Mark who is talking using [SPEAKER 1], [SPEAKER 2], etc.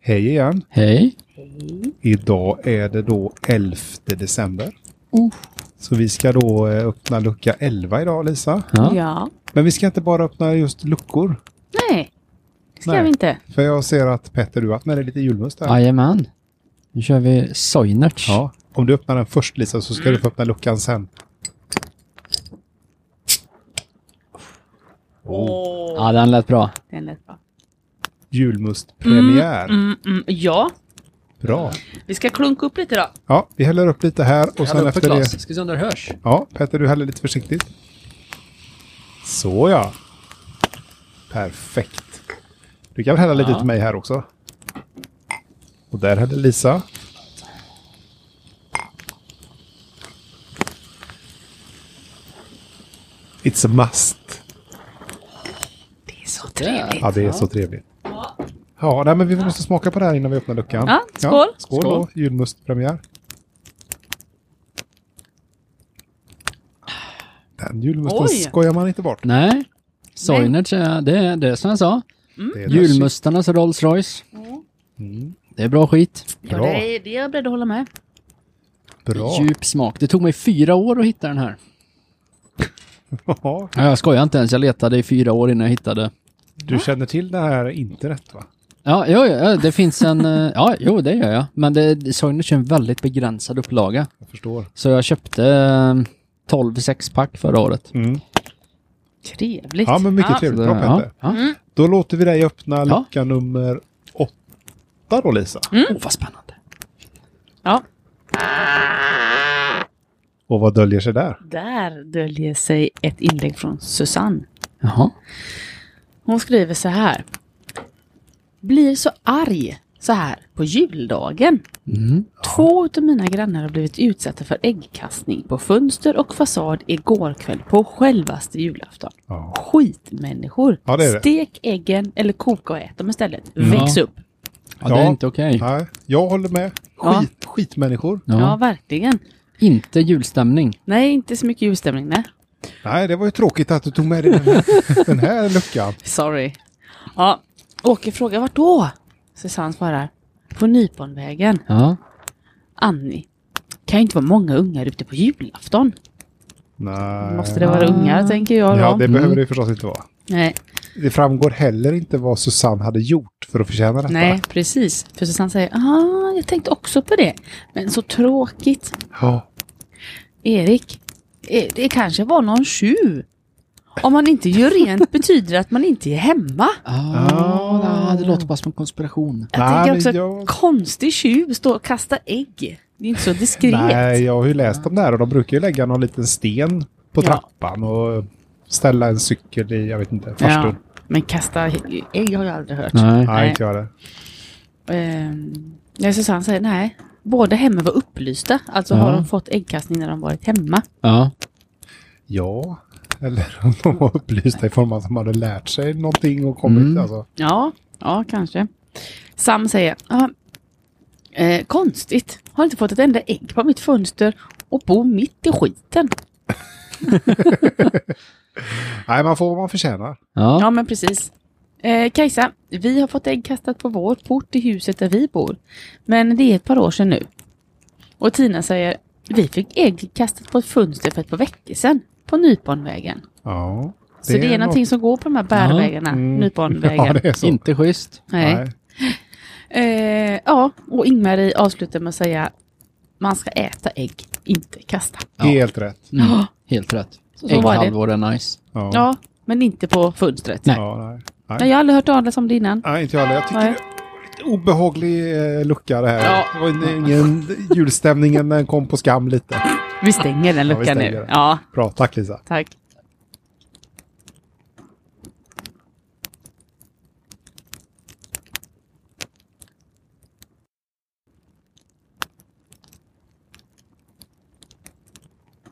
[SPEAKER 1] Hej igen!
[SPEAKER 2] Hej.
[SPEAKER 1] Idag är det då 11 december. Så vi ska då eh, öppna lucka 11 idag Lisa.
[SPEAKER 2] Ja.
[SPEAKER 3] Ja.
[SPEAKER 1] Men vi ska inte bara öppna just luckor.
[SPEAKER 3] Nej, ska
[SPEAKER 1] Nej.
[SPEAKER 3] vi inte.
[SPEAKER 1] För jag ser att Petter, du har haft med dig lite julmust här.
[SPEAKER 2] Jajamän. Nu kör vi Soinerts.
[SPEAKER 1] Ja. Om du öppnar den först Lisa så ska du få öppna luckan sen.
[SPEAKER 2] ja, den lät bra.
[SPEAKER 3] Den lät bra.
[SPEAKER 1] Julmustpremiär.
[SPEAKER 3] Mm, mm, ja,
[SPEAKER 1] Bra.
[SPEAKER 3] vi ska klunka upp lite då.
[SPEAKER 1] Ja, vi häller upp lite här och sen
[SPEAKER 2] Häll upp ett
[SPEAKER 1] efter det.
[SPEAKER 2] glas. Ska se om det hörs.
[SPEAKER 1] Ja, Petter, du häller lite försiktigt. Så ja. Perfekt. Du kan väl hälla lite
[SPEAKER 2] Ja.
[SPEAKER 1] till mig här också. Och där häller Lisa. It's a must.
[SPEAKER 3] Det är så trevligt.
[SPEAKER 1] Ja, det är så trevligt. Ja, nej, men vi måste smaka på det här innan vi öppnar luckan.
[SPEAKER 3] Ja, skål.
[SPEAKER 1] skål då, julmustpremiär. Den julmusten
[SPEAKER 3] Oj.
[SPEAKER 1] skojar man inte bort.
[SPEAKER 2] Nej. Soinerts, är- det är det är som jag sa.
[SPEAKER 3] Mm.
[SPEAKER 1] Det är
[SPEAKER 2] Julmustarnas Rolls Royce.
[SPEAKER 1] Mm.
[SPEAKER 2] Det är bra skit.
[SPEAKER 3] Ja,
[SPEAKER 1] Bra.
[SPEAKER 3] det, är, det är jag beredd att hålla med.
[SPEAKER 1] Bra.
[SPEAKER 2] Djup smak. Det tog mig fyra år att hitta den här.
[SPEAKER 1] Ja,
[SPEAKER 2] Ja, jag skojar inte ens. Jag letade i fyra år innan jag hittade.
[SPEAKER 1] du känner till det här internet va?
[SPEAKER 2] Ja, jo, jo, ja, det finns en... eh, Ja, jo, det gör jag. Men det, Soinerts är en väldigt begränsad upplaga.
[SPEAKER 1] Jag förstår.
[SPEAKER 2] Så jag köpte eh, 12 sexpack förra året.
[SPEAKER 3] Trevligt.
[SPEAKER 1] Ja, men mycket
[SPEAKER 3] Ja.
[SPEAKER 1] trevligt. Bra
[SPEAKER 2] ja,
[SPEAKER 1] Petter.
[SPEAKER 2] ja.
[SPEAKER 1] Då låter vi dig öppna
[SPEAKER 2] Ja.
[SPEAKER 1] lucka nummer åtta då Lisa.
[SPEAKER 3] Mm.
[SPEAKER 2] Oh, vad spännande.
[SPEAKER 3] Ja,
[SPEAKER 1] Och vad döljer sig där?
[SPEAKER 3] där döljer sig ett inlägg från Susanne.
[SPEAKER 2] Jaha.
[SPEAKER 3] Hon skriver så här. Blir så arg så här på juldagen.
[SPEAKER 2] Mm.
[SPEAKER 3] Två utav mina grannar har blivit utsatta för äggkastning på fönster och fasad igår kväll på självaste julafton.
[SPEAKER 1] Ja.
[SPEAKER 3] Skitmänniskor!
[SPEAKER 1] Ja, det är det.
[SPEAKER 3] Stek äggen eller koka och ät dem istället. Väx
[SPEAKER 2] Ja.
[SPEAKER 3] upp!
[SPEAKER 2] Ja, det är
[SPEAKER 1] Ja.
[SPEAKER 2] inte okej.
[SPEAKER 1] Nej, jag håller med.
[SPEAKER 3] Ja.
[SPEAKER 1] Skit, Skitmänniskor.
[SPEAKER 3] Ja.
[SPEAKER 2] Ja.
[SPEAKER 3] verkligen.
[SPEAKER 2] Inte julstämning.
[SPEAKER 3] Nej, inte så mycket julstämning, nej.
[SPEAKER 1] Nej, det var ju tråkigt att du tog med dig den här, den här luckan.
[SPEAKER 3] Sorry. Ja, Åke frågar vart då? Susanne svarar. På Nyponvägen.
[SPEAKER 2] Ja.
[SPEAKER 3] Annie. Kan ju inte vara många ungar ute på julafton.
[SPEAKER 1] Nej.
[SPEAKER 3] Måste det vara ungar, tänker jag då.
[SPEAKER 1] Ah.
[SPEAKER 3] Mm.
[SPEAKER 1] Ja, det behöver det ju förstås inte vara.
[SPEAKER 3] Nej.
[SPEAKER 1] Det framgår heller inte vad Susanne hade gjort för att förtjäna detta.
[SPEAKER 3] Nej, precis. För Susanne säger, ah, jag tänkte också på det. Men så tråkigt.
[SPEAKER 1] Ja.
[SPEAKER 3] Erik, eh, det kanske var någon tjuv. Om man inte gör rent betyder det att man inte är hemma.
[SPEAKER 2] Ah, det låter bara som en konspiration.
[SPEAKER 3] Jag
[SPEAKER 1] Nej, men
[SPEAKER 3] tänker också,
[SPEAKER 1] jag-
[SPEAKER 3] konstig tjuv står och kastar ägg. Det är inte så diskret.
[SPEAKER 1] Nej, jag har ju läst om det här och de brukar ju lägga någon liten sten på
[SPEAKER 3] Ja.
[SPEAKER 1] trappan och ställa en cykel i, jag vet inte, farstun.
[SPEAKER 3] ja, men kasta ägg har jag aldrig hört.
[SPEAKER 2] Nej.
[SPEAKER 1] Nej, inte jag det.
[SPEAKER 3] Ehm, nej, Susanne säger nej. Båda hemmen var upplysta, alltså
[SPEAKER 2] Ja.
[SPEAKER 3] har de fått äggkastning när de varit hemma.
[SPEAKER 2] Ja.
[SPEAKER 1] Ja, eller om de var upplysta i form av att de hade lärt sig någonting och kommit.
[SPEAKER 2] Mm.
[SPEAKER 1] Alltså.
[SPEAKER 3] Ja, ja kanske. Sam säger, "Ja, eh, konstigt, har inte fått ett enda ägg på mitt fönster och bor mitt i skiten.
[SPEAKER 1] Nej, man får vad man förtjänar.
[SPEAKER 2] Ja.
[SPEAKER 3] Ja, men precis. Eh, Kajsa, vi har fått ägg kastat på vår port i huset där vi bor. Men det är ett par år sedan nu. Och Tina säger, vi fick ägg kastat på ett fönster för ett par veckor sedan på Nyponvägen.
[SPEAKER 1] Ja.
[SPEAKER 3] Så det är, någonting som går på de här bärvägarna,
[SPEAKER 1] Mm.
[SPEAKER 3] Nyponvägen.
[SPEAKER 1] Ja, det är så.
[SPEAKER 2] Inte schysst.
[SPEAKER 3] Nej. Eh, ja, och Ingmarie avslutar med att säga man ska äta ägg, inte kasta.
[SPEAKER 1] Helt rätt.
[SPEAKER 2] Mm.
[SPEAKER 3] Ja.
[SPEAKER 2] Helt rätt.
[SPEAKER 3] Så, så var det.
[SPEAKER 2] Ägghalvor är nice.
[SPEAKER 1] Ja.
[SPEAKER 3] Ja, men inte på fönstret.
[SPEAKER 2] Nej.
[SPEAKER 1] Ja, nej.
[SPEAKER 3] Nej, jag har aldrig hört talas om det innan.
[SPEAKER 1] nej, inte jag heller. Jag tycker
[SPEAKER 3] Nej.
[SPEAKER 1] det är en obehaglig eh, lucka det här.
[SPEAKER 3] Ja.
[SPEAKER 1] Det var en- ingen julstämningen den kom på skam lite.
[SPEAKER 3] Vi stänger den
[SPEAKER 1] Ja, vi
[SPEAKER 3] luckan
[SPEAKER 1] stänger
[SPEAKER 3] nu.
[SPEAKER 1] den.
[SPEAKER 3] Ja,
[SPEAKER 1] Bra, tack Lisa.
[SPEAKER 3] tack.